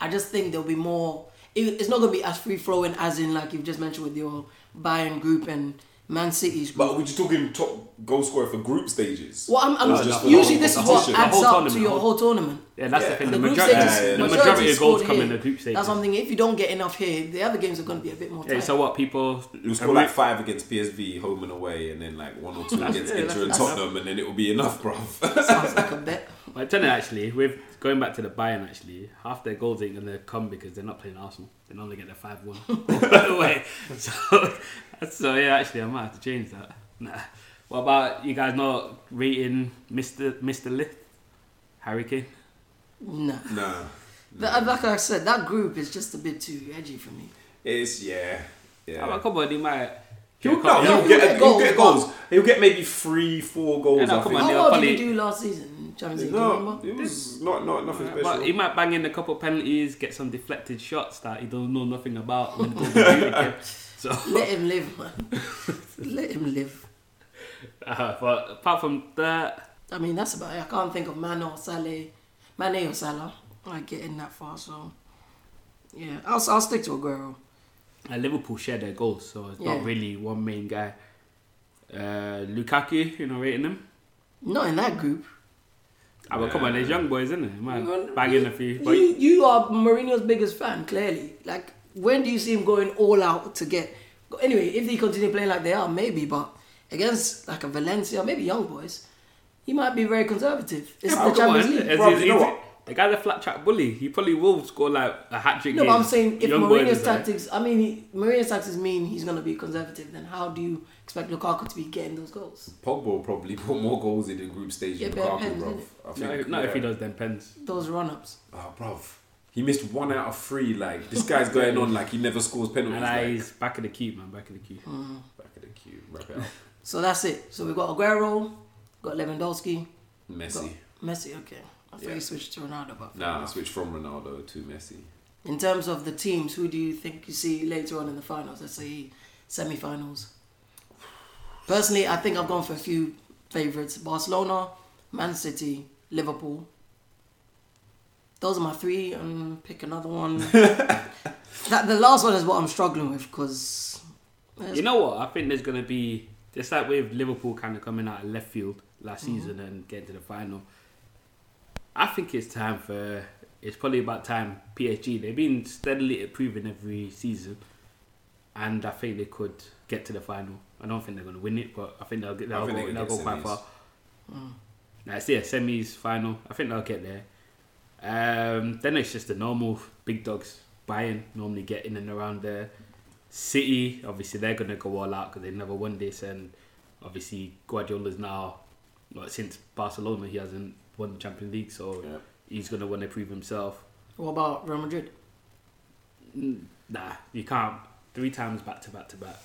I just think there'll be more. It, it's not going to be as free flowing as in like you've just mentioned with your Bayern group and Man City's group. But we're just talking top goal scorer for group stages. well, I'm, Or I'm, just for the usually whole this is what competition? The adds up whole to tournament, your whole- whole tournament. Yeah, that's the Yeah. thing. And The, The group majority, stages, yeah, yeah. the majority, of is goals scored come in here. the group stages. That's what I'm thinking. If you don't get enough here, the other games are going to be a bit more tight. Yeah, so what people? It was score like five against PSV, home and away, and then like one or two against yeah, Inter and that's- Tottenham, and then it will be enough, bruv. Sounds like a bet. I tell you actually, with going back to the Bayern actually, half their goals ain't gonna come because they're not playing Arsenal. They normally get their five one. away. So, so yeah, actually, I might have to change that. Nah. What about you guys not rating Mister Mister Lith, Harry Kane? No. nah, That, uh, like I said, that group is just a bit too edgy for me. it's yeah, yeah. Oh, come on, he might. He'll, Yeah, no, he'll, he'll get, get he'll get goals, goals. He'll get maybe three, four goals. Yeah, no, I come on, think. How yeah, well probably- did you do last season? in Champions League, Do you No, remember? it was not, not nothing But he special. might bang in a couple penalties, get some deflected shots that he don't know nothing about. when it comes to the game. so, Let him live, man. Let him live. uh, but apart from that, I mean, that's about it. I can't think of Mane or Saleh, Mane or Salah, like getting that far. So, yeah, I'll, I'll stick to Aguero. uh, Liverpool share their goals, so it's Yeah. not really one main guy. Uh, Lukaku, you know, rating him. Not in that group. Ah, but come on, there's young boys, isn't it? Man, Well, banging you- a few. But you, you are Mourinho's biggest fan, clearly. Like, when do you see him going all out to get? Anyway, if they continue playing like they are, maybe. But against like a Valencia, maybe young boys, he might be very conservative. It's the Oh, come on, Champions League. as Bro, is- you know is- what? The guy's a flat track bully. He probably will score like a hat trick. No, but game. I'm saying if Young boy Mourinho's is there. tactics, I mean, he, Mourinho's tactics mean he's going to be conservative, then how do you expect Lukaku to be getting those goals? Pogba will probably put more goals in the group stage Yeah, than but Lukaku, depends, bruv. innit? I No, think, not if he yeah. does then pens. Those run ups. Oh, bruv. He missed one out of three. Like this guy's going on like he never scores penalties. And I, Like, he's back in the queue, man. Back in the queue. back of the queue, wrap it up. So that's it. So we've got Aguero, got Lewandowski, got Messi. Messi, okay. I thought Yeah. you switched to Ronaldo, but. Nah, switch from Ronaldo to Messi. In terms of the teams, who do you think you see later on in the finals? Let's say semi finals. Personally, I think I've gone for a few favourites Barcelona, Man City, Liverpool. Those are my three, and pick another one. that, the last one is what I'm struggling with because. You know what? I think there's going to be just like with Liverpool kind of coming out of left field last season and getting to the final. I think it's time for it's probably about time PSG. They've been steadily improving every season, and I think they could get to the final. I don't think they're going to win it, but I think they'll get they'll, I think go, they they'll go could get quite semis. far. That's yeah, semis, final. I think they'll get there. Um, then it's just the normal big dogs. Bayern normally get in and around there. City, obviously, they're going to go all out because they never won this. And obviously, Guardiola's now, well, since Barcelona, he hasn't won the Champions League. So Yeah. he's going to want to prove himself. What about Real Madrid? Nah, you can't. three times back to back to back.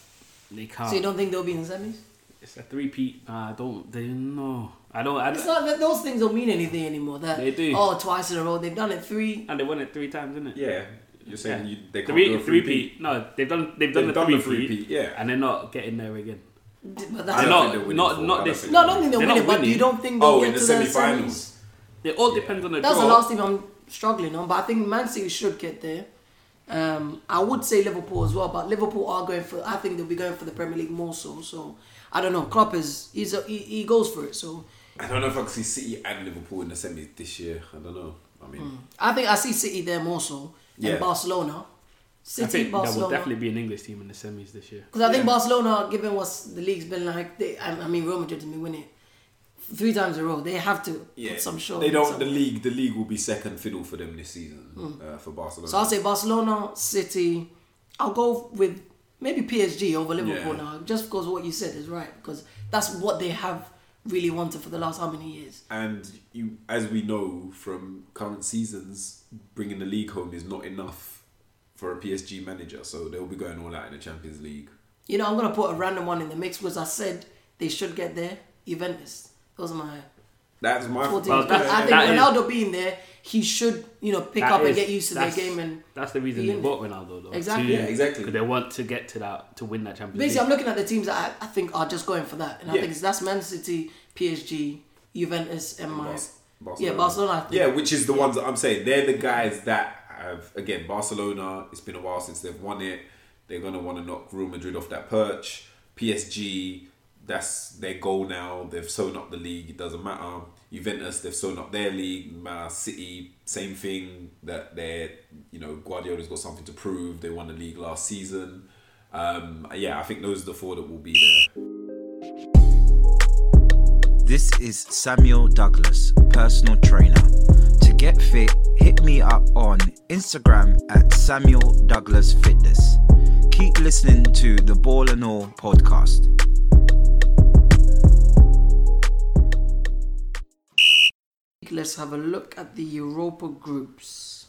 They can't. So you don't think they'll be in the semis? It's a three peat. I don't. They no. I don't. I It's not that those things don't mean anything anymore. That They do. Oh, twice in a row. They've done it three. and they won it three times, didn't it? Yeah, you're saying Yeah. you they can't do Three, a three three-peat? peat. No, they've done. They've done They've the done three the three-peat, peat. yeah. and they're not getting there again. But I that's They're don't not- think they're winning not- four. not I don't this- think no, I they're don't think they'll win They're not it. But you winning. don't think they'll Oh, get in the to the semi-finals. semi-finals. It all depends on the That's draw. the last team I'm struggling on, but I think Man City should get there. Um, I would say Liverpool as well, but Liverpool are going for. I think they'll be going for the Premier League more so. So I don't know. Klopp is he's a, he, he goes for it. So I don't know if I can see City and Liverpool in the semis this year. I don't know. I mean, I think I see City there more so than Yeah. Barcelona. I City, think there will definitely Barcelona. be an English team in the semis this year. Because I think Barcelona, given what the league's been like, they, I, I mean Real Madrid didn't win it three times in a row. They have to yeah, put some show. they in don't. some- Hmm. The league, the league will be second fiddle for them this season uh, for Barcelona. So I'll say Barcelona, City. I'll go with maybe PSG over Liverpool Yeah. now, just because what you said is right, because that's what they have really wanted for the last how many years. and you, as we know from current seasons, bringing the league home is not enough for a PSG manager. So they'll be going all out in the Champions League. You know, I'm gonna put a random one in the mix because I said they should get there. Juventus. Those are my That's my. four teams. Well, But that- I think that is- Ronaldo being there, he should you know pick That up and is- get used to their that's- game and. that's the reason be they in bought Ronaldo though. Exactly. to- Yeah, exactly. 'cause They want to get to that to win that Champions Basically, I'm League. looking at the teams that I, I think are just going for that, and I Yeah. think it's, that's Man City, PSG, Juventus, and my Bas- yeah Barcelona. I think. Yeah, which is the ones that I'm saying. They're the guys that have again Barcelona. It's been a while since they've won it. They're gonna want to knock Real Madrid off that perch. PSG, that's their goal now. They've sewn up the league. It doesn't matter. Juventus, they've sewn up their league. Man City, same thing. That they're you know Guardiola's got something to prove. They won the league last season. Um, yeah, I think those are the four that will be there. This is Samuel Douglas, personal trainer. To get fit, hit me up on Instagram at Samuel Douglas Fitness. Keep listening to the Ball and All podcast. Let's have a look at the Europa groups.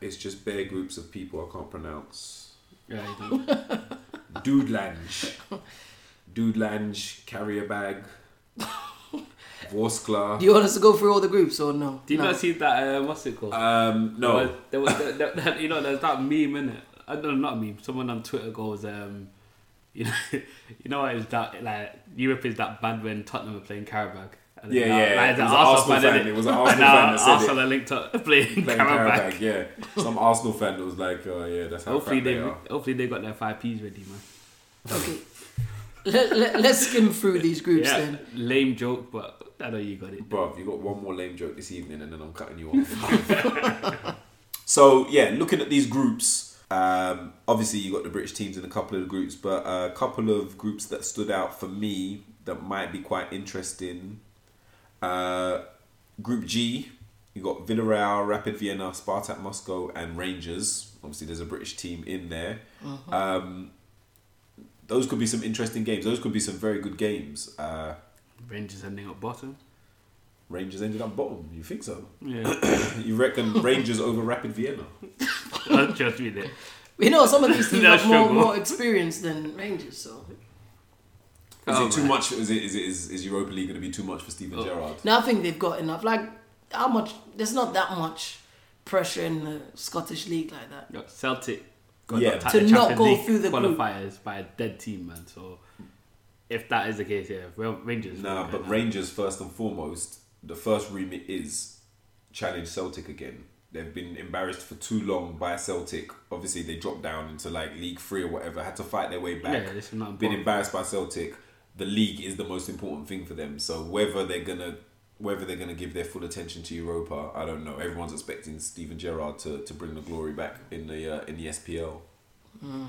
It's just bare groups of people I can't pronounce. Yeah, you don't- Dude Lange. Dude Lange, carrier bag. Do Vorskla. you want us to go through all the groups or no? Do you no. not see that? Uh, what's it called? Um, no. There was, there was that, that- you know, there's that meme in it. I don't not a meme. Someone on Twitter goes, um, you know, you know what is that? Like Europe is that bad when Tottenham are playing Karabakh. And Yeah, now- yeah, like, it's it an was an Arsenal Arsenal fan. innit? fan, it was an And Arsenal now fan that said Arsenal are linked up playing, Playing Karabakh. carrier bag, yeah. Some Arsenal fan that was like, oh yeah, that's how Hopefully fat they, they, are. hopefully they got their five P's ready, man. Okay. let, let, let's skim through these groups Yeah, then. lame joke, but I know you got it. Bruv, you got one more lame joke this evening and then I'm cutting you off. so, yeah, looking at these groups, um, obviously you got the British teams in a couple of the groups, but a couple of groups that stood out for me that might be quite interesting. Uh, Group G, you got Villarreal, Rapid Vienna, Spartak Moscow, and Rangers. Obviously, there's a British team in there. Um, those could be some interesting games. Those could be some very good games. Uh, Rangers ending up bottom. Rangers ended up bottom. You think so? Yeah, You reckon Rangers over Rapid Vienna? trust me there. We know some of these teams They'll have more, struggle. more experience than Rangers, so. Is Oh, it too man. Oh. much? Is it is it is, is Europa League going to be too much for Steven Gerrard? Now I think they've got enough. Like, how much? There's not that much pressure in the Scottish league like that. Look, Celtic got Yeah. knocked out To the not Champions go League through the group. qualifiers by a dead team, man. So if that is the case, yeah, well, Rangers. Nah, okay, but Rangers first and foremost, the first remit is challenge Celtic again. They've been embarrassed for too long by Celtic. Obviously, they dropped down into like League Three or whatever. Had to fight their way back. Yeah, this is not been important. embarrassed by Celtic. The league is the most important thing for them. So whether they're gonna whether they're gonna give their full attention to Europa, I don't know. Everyone's expecting Steven Gerrard to, to bring the glory back in the uh, in the SPL. Hmm.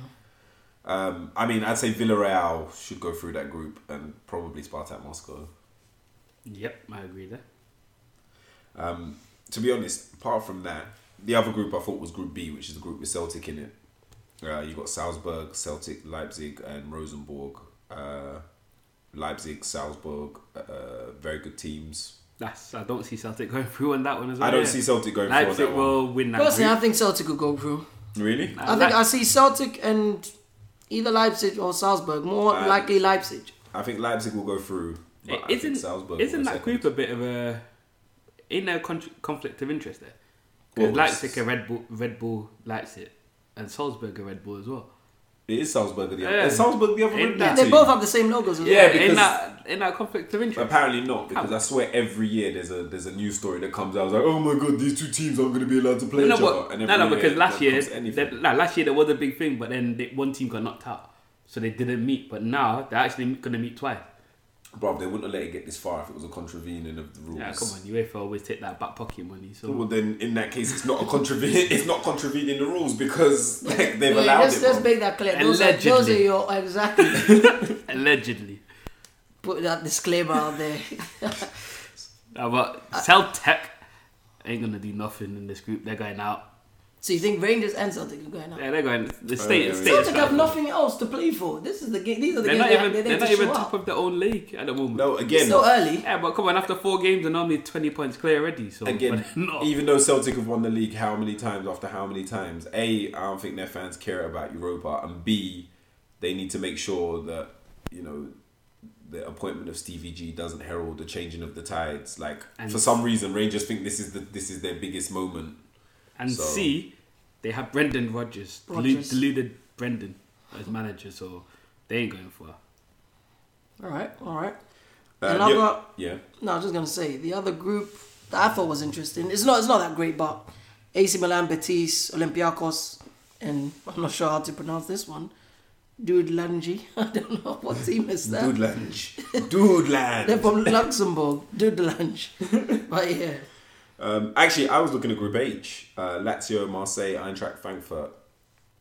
Um, I mean, I'd say Villarreal should go through that group and probably Spartak Moscow. Yep, I agree there. Um, to be honest, apart from that, the other group I thought was Group B, which is the group with Celtic in it. Uh, you got Salzburg, Celtic, Leipzig, and Rosenborg. Uh, Leipzig, Salzburg, uh, very good teams. That's I don't see Celtic going through on that one as well. I don't yeah. see Celtic going Leipzig for that one. will win that. Personally, I group. think Celtic could go through. Really? I think I see Celtic and either Leipzig or Salzburg. More Uh, likely Leipzig. I think Leipzig will go through. But I think isn't Salzburg will isn't that second. group a bit of a in a con- conflict of interest there? Well, Because Leipzig are Red Bull, Red Bull Leipzig, and Salzburg are Red Bull as well. It is Salzburg the other. Yeah. Is Salzburg the other Ain't Red that- Bull I They team? both have the same logos. as well. Yeah, in because- that in that conflict of interest. Apparently not, because I swear every year there's a there's a news story that comes out. It's like, oh my god, these two teams aren't going to be allowed to play No, each but, other. no, every no, because last there year, comes anything. that, nah, last year there was a big thing, but then they, one team got knocked out, so they didn't meet. But now they're actually going to meet twice. Bruv, they wouldn't have let it get this far if it was a contravening of the rules. Yeah, come on, UEFA always take that back pocket money. So Well, then in that case, it's not a contravening. it's not contravening the rules because like, they've Yeah, allowed let's, it. let's bruv. make that clear. Those are, those are Allegedly. your exactly. allegedly, Put that disclaimer out there. Nah, Uh, Uh, but Celtic ain't going to do nothing in this group. They're going out. so you think Rangers and Celtic are going out? Yeah, they're going. The state, state Oh, yeah, yeah. is Celtic have fine. nothing else to play for. This is the game. These are the They're games not they even. have- they They're need not to even show top up. of their own league at the moment. No, again, It's so uh, early. Yeah, but come on. After four games, they're normally twenty points clear already. So again, but no. even though Celtic have won the league how many times after how many times, A, I don't think their fans care about Europa, and B, they need to make sure that, you know, the appointment of Stevie G doesn't herald the changing of the tides. Like And- for some reason, Rangers think this is the this is their biggest moment. and So- C, they have Brendan Rodgers, delu- Rodgers. deluded Brendan as manager, so they ain't going far. All right, all right. Uh, and I've yeah, got yeah. No, I was just gonna say the other group that I thought was interesting. It's not. It's not that great, but AC Milan, Betis, Olympiacos, and I'm not sure how to pronounce this one. Dude Langi. I don't know what team is that. Dude lunch. Dude They're lunch. from Luxembourg. Dude Lange. but yeah, Um, actually, I was looking at Group H: uh, Lazio, Marseille, Eintracht Frankfurt,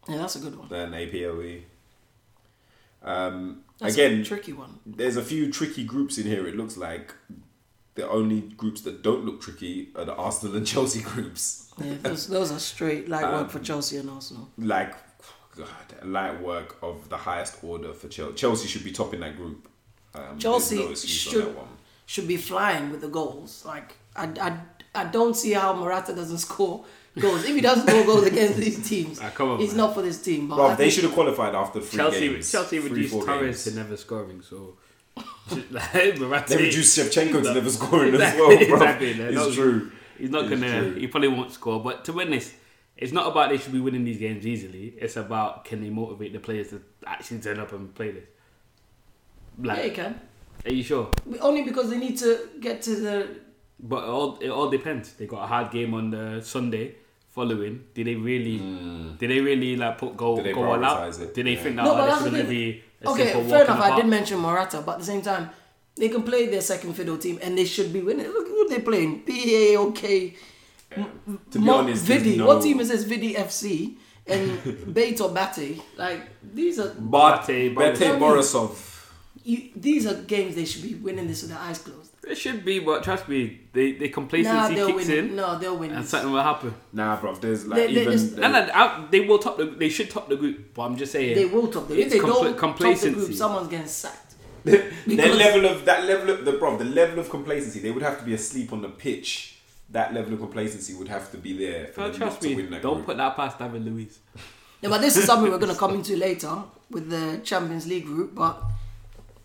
yeah, that's a good one. and APOE. Um, That's again, a tricky one. there's a few tricky groups in here. It looks like the only groups that don't look tricky are the Arsenal and Chelsea groups. Yeah, those, those are straight like work for Um, Chelsea and Arsenal. Like, God, light work of the highest order for Chelsea. Chelsea should be topping that group. Um, there's Chelsea no excuse on should- that one. should be flying with the goals. Like I, I, I don't see how Morata doesn't score goals. If he doesn't score goals against these teams, Ah, come on, he's man. not for this team. But I Bruv, they think- should have qualified after three Chelsea, games. Chelsea Three, reduced four Torres to games. never scoring, so like, Morata- They reduced Shevchenko to never scoring Exactly, as well, bro. exactly. They're It's not- true. He's not It's gonna. true. He probably won't score. But to win this, it's not about they should be winning these games easily. It's about can they motivate the players to actually turn up and play this. Yeah, he Like, can. are you sure? Only because they need to get to the. But it all it all depends. They got a hard game on the Sunday following. Did they really? Did they really like put goal Hmm. Did they goal all out? prioritise it? Did they Yeah. think that No, oh, but this that's the is gonna thing. be a Okay, simple fair walk in enough. the I park? did mention Morata, but at the same time, they can play their second fiddle team and they should be winning. Look who they're playing. BA OK. To be Mo- honest, there's Vidi. no- What team is this? Vidi FC and Bait or Bate. Like these are Bate, Bate, Bate Borisov. you, these are games they should be winning this with their eyes closed. It should be, but trust me, they they Nah, complacency they'll kicks win. in, No, they'll win. and this. something will happen. Nah, bro. There's like They- they even just- there's- And then out, they will top the. They should top the group. But I'm just saying They will top the group. If It's they compla- don't complacency. top the group, someone's getting sacked. their Because- level of that level of the bro, the level of complacency. They would have to be asleep on the pitch. That level of complacency would have to be there for But them trust not me, to win that. don't group. put that past David Luiz. Yeah, but this is something we're going to come into later with the Champions League group, but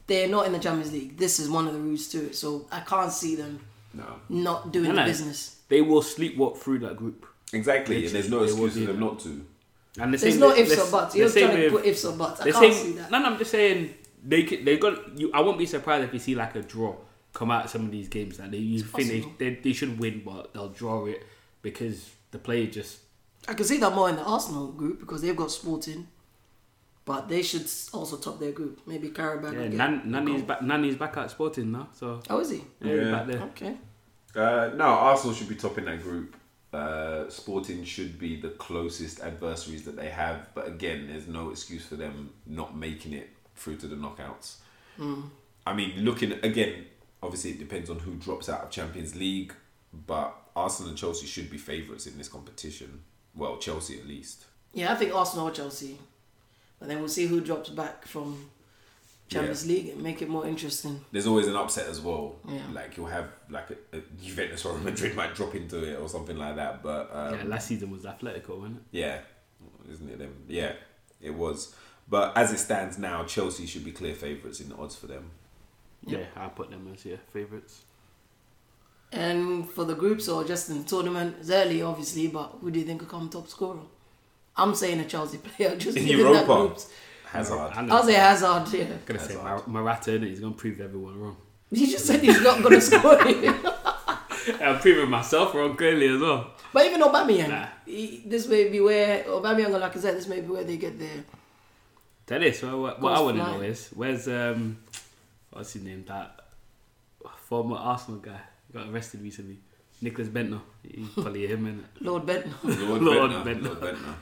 they're not in the Champions League. This is one of the routes to it, so I can't see them no. not doing No, the no. business. They will sleepwalk through that group. Exactly. and there's no Literally, they will excuse for be them there. not to. And the There's same no with- ifs the- or buts. the You're same trying to with- put ifs or buts. I They're can't saying- see that. No, no, I'm just saying they c- they got. You, I won't be surprised if you see like a draw come out of some of these games that they you possible. think they, they they should win, but they'll draw it because the player just I can see that more in the Arsenal group because they've got Sporting, but they should also top their group. Maybe Carabao. yeah. will get Nan, a Nani's goal. Um, back. Nani's back at Sporting now, so Oh, is he? yeah, Yeah. he's back there. Okay. Uh, no, Arsenal should be topping that group. Uh, Sporting should be the closest adversaries that they have, but again, there's no excuse for them not making it through to the knockouts. I mean, looking again, obviously it depends on who drops out of Champions League, but Arsenal and Chelsea should be favourites in this competition. Well, Chelsea at least. Yeah, I think Arsenal or Chelsea. But then we'll see who drops back from Champions League and make it more interesting. There's always an upset as well. Yeah. Like you'll have like a, a Juventus or Madrid might drop into it or something like that, but um, yeah, last season was Atletico, wasn't it? Yeah, isn't it? Them, yeah, it was. But as it stands now, Chelsea should be clear favourites in the odds for them. Yeah, I put them as yeah favourites. And for the groups or just in the tournament, it's early obviously, but who do you think will come top scorer? I'm saying a Chelsea player just In within that Europa, groups. Hazard. I'm I'll gonna, say Hazard, yeah. gonna say Mar- Morata, innit? He's gonna prove everyone wrong. He just said he's not gonna score it. I'm proving myself wrong clearly as well. But even Aubameyang, Nah. he, this may be where Aubameyang and Lacazette. This may be where they get their Tell us what, what, what I Goes want to know flying. is where's um what's his name that former Arsenal guy got arrested recently, Nicholas Bentner. You probably him in Lord Benton. Lord, Lord Bentner, Bentner. Lord Bentner.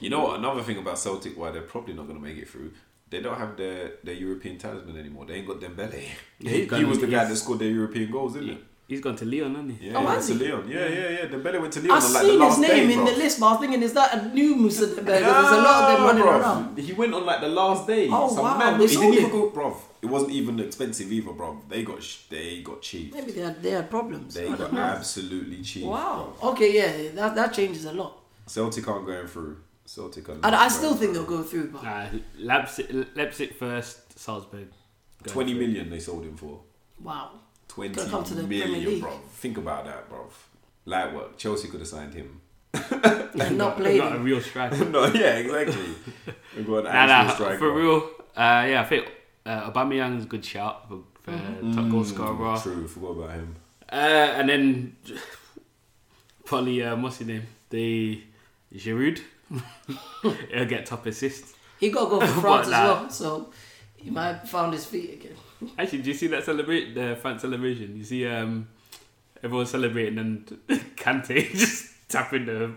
You know what? Another thing about Celtic, why they're probably not going to make it through. They don't have their, their European talisman anymore. They ain't got Dembele. Yeah, he, he's gone- was the guy he's- that scored their European goals, didn't it? He's gone to Leon, hasn't he? Yeah, Oh, he went has to he? Leon. Yeah, yeah, yeah. Dembele went to Leon. I've on like seen the his last name day, in bro. the list, but I was thinking, is that a new Musa Dembele? There's a lot of them running Nah, bruv. around. He went on like the last day. Oh, Some wow, man- they he sold didn't him. even go, bruv. It wasn't even expensive either, bruv. They got sh- they got cheap. Maybe they had, they had problems. They I got don't know. absolutely cheap. Wow. bruv. Okay, yeah, that, that changes a lot. Celtic aren't going through. Celtic are. And not I still going think through. they'll go through, but Nah, Leipzig, Leipzig first, Salzburg. Go Twenty for it. million they sold him for. wow. Twenty Gonna million, come to the Premier League. bruv. Think about that, bruv. Light work. Chelsea could have signed him. And not They've played. got a him. real striker. no, yeah, exactly. We've got nah, an actual nah, striker. for real. Uh, yeah, I think uh, Aubameyang's a good shout for, for top goal scorer. Mm, True, forgot about him. Uh, and then probably um, what's his name? The Giroud. He'll get top assist. He got to go for France as nah. well, so he might have found his feet again. Actually, do you see that celebrate the France celebration? You see um, everyone celebrating and Kante just tapping the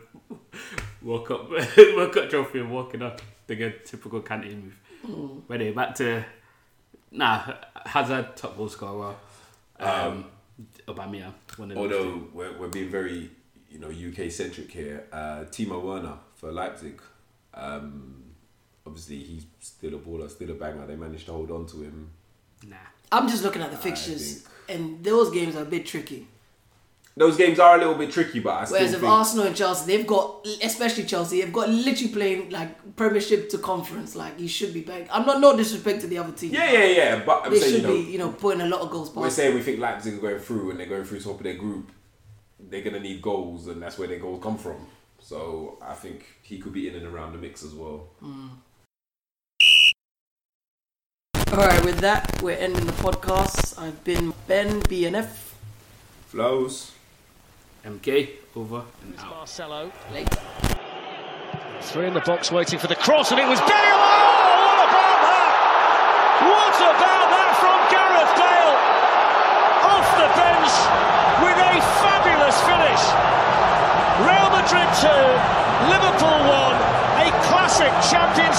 World Cup World Cup trophy and walking up. The good typical Kante move. But anyway, back to nah Hazard top goal scorer. Um, Aubameyang one of those two. Although we're, we're being very, you know, UK centric here. Uh, Timo Werner for Leipzig. Um, obviously, he's still a baller, still a banger. They managed to hold on to him. nah. I'm just looking at the fixtures, and those games are a bit tricky. Those games are a little bit tricky, but I still Whereas if think Arsenal and Chelsea, they've got, especially Chelsea, they've got literally playing like Premiership to Conference. Like you should be back. I'm not no disrespect to the other team. Yeah, yeah, yeah. But I'm they saying, should you know, be, you know, putting a lot of goals we're past. saying we think Leipzig are going through, and they're going through top of their group. They're gonna need goals, and that's where their goals come from. So I think he could be in and around the mix as well. All right, with that, we're ending the podcast. I've been Ben BNF. Flows. MK over and out. Marcelo. Later. Three in the box waiting for the cross, and it was Bale. Oh, what about that? What about that from Gareth Bale? Off the bench with a fabulous finish. Real Madrid 2, Liverpool 1, a classic Champions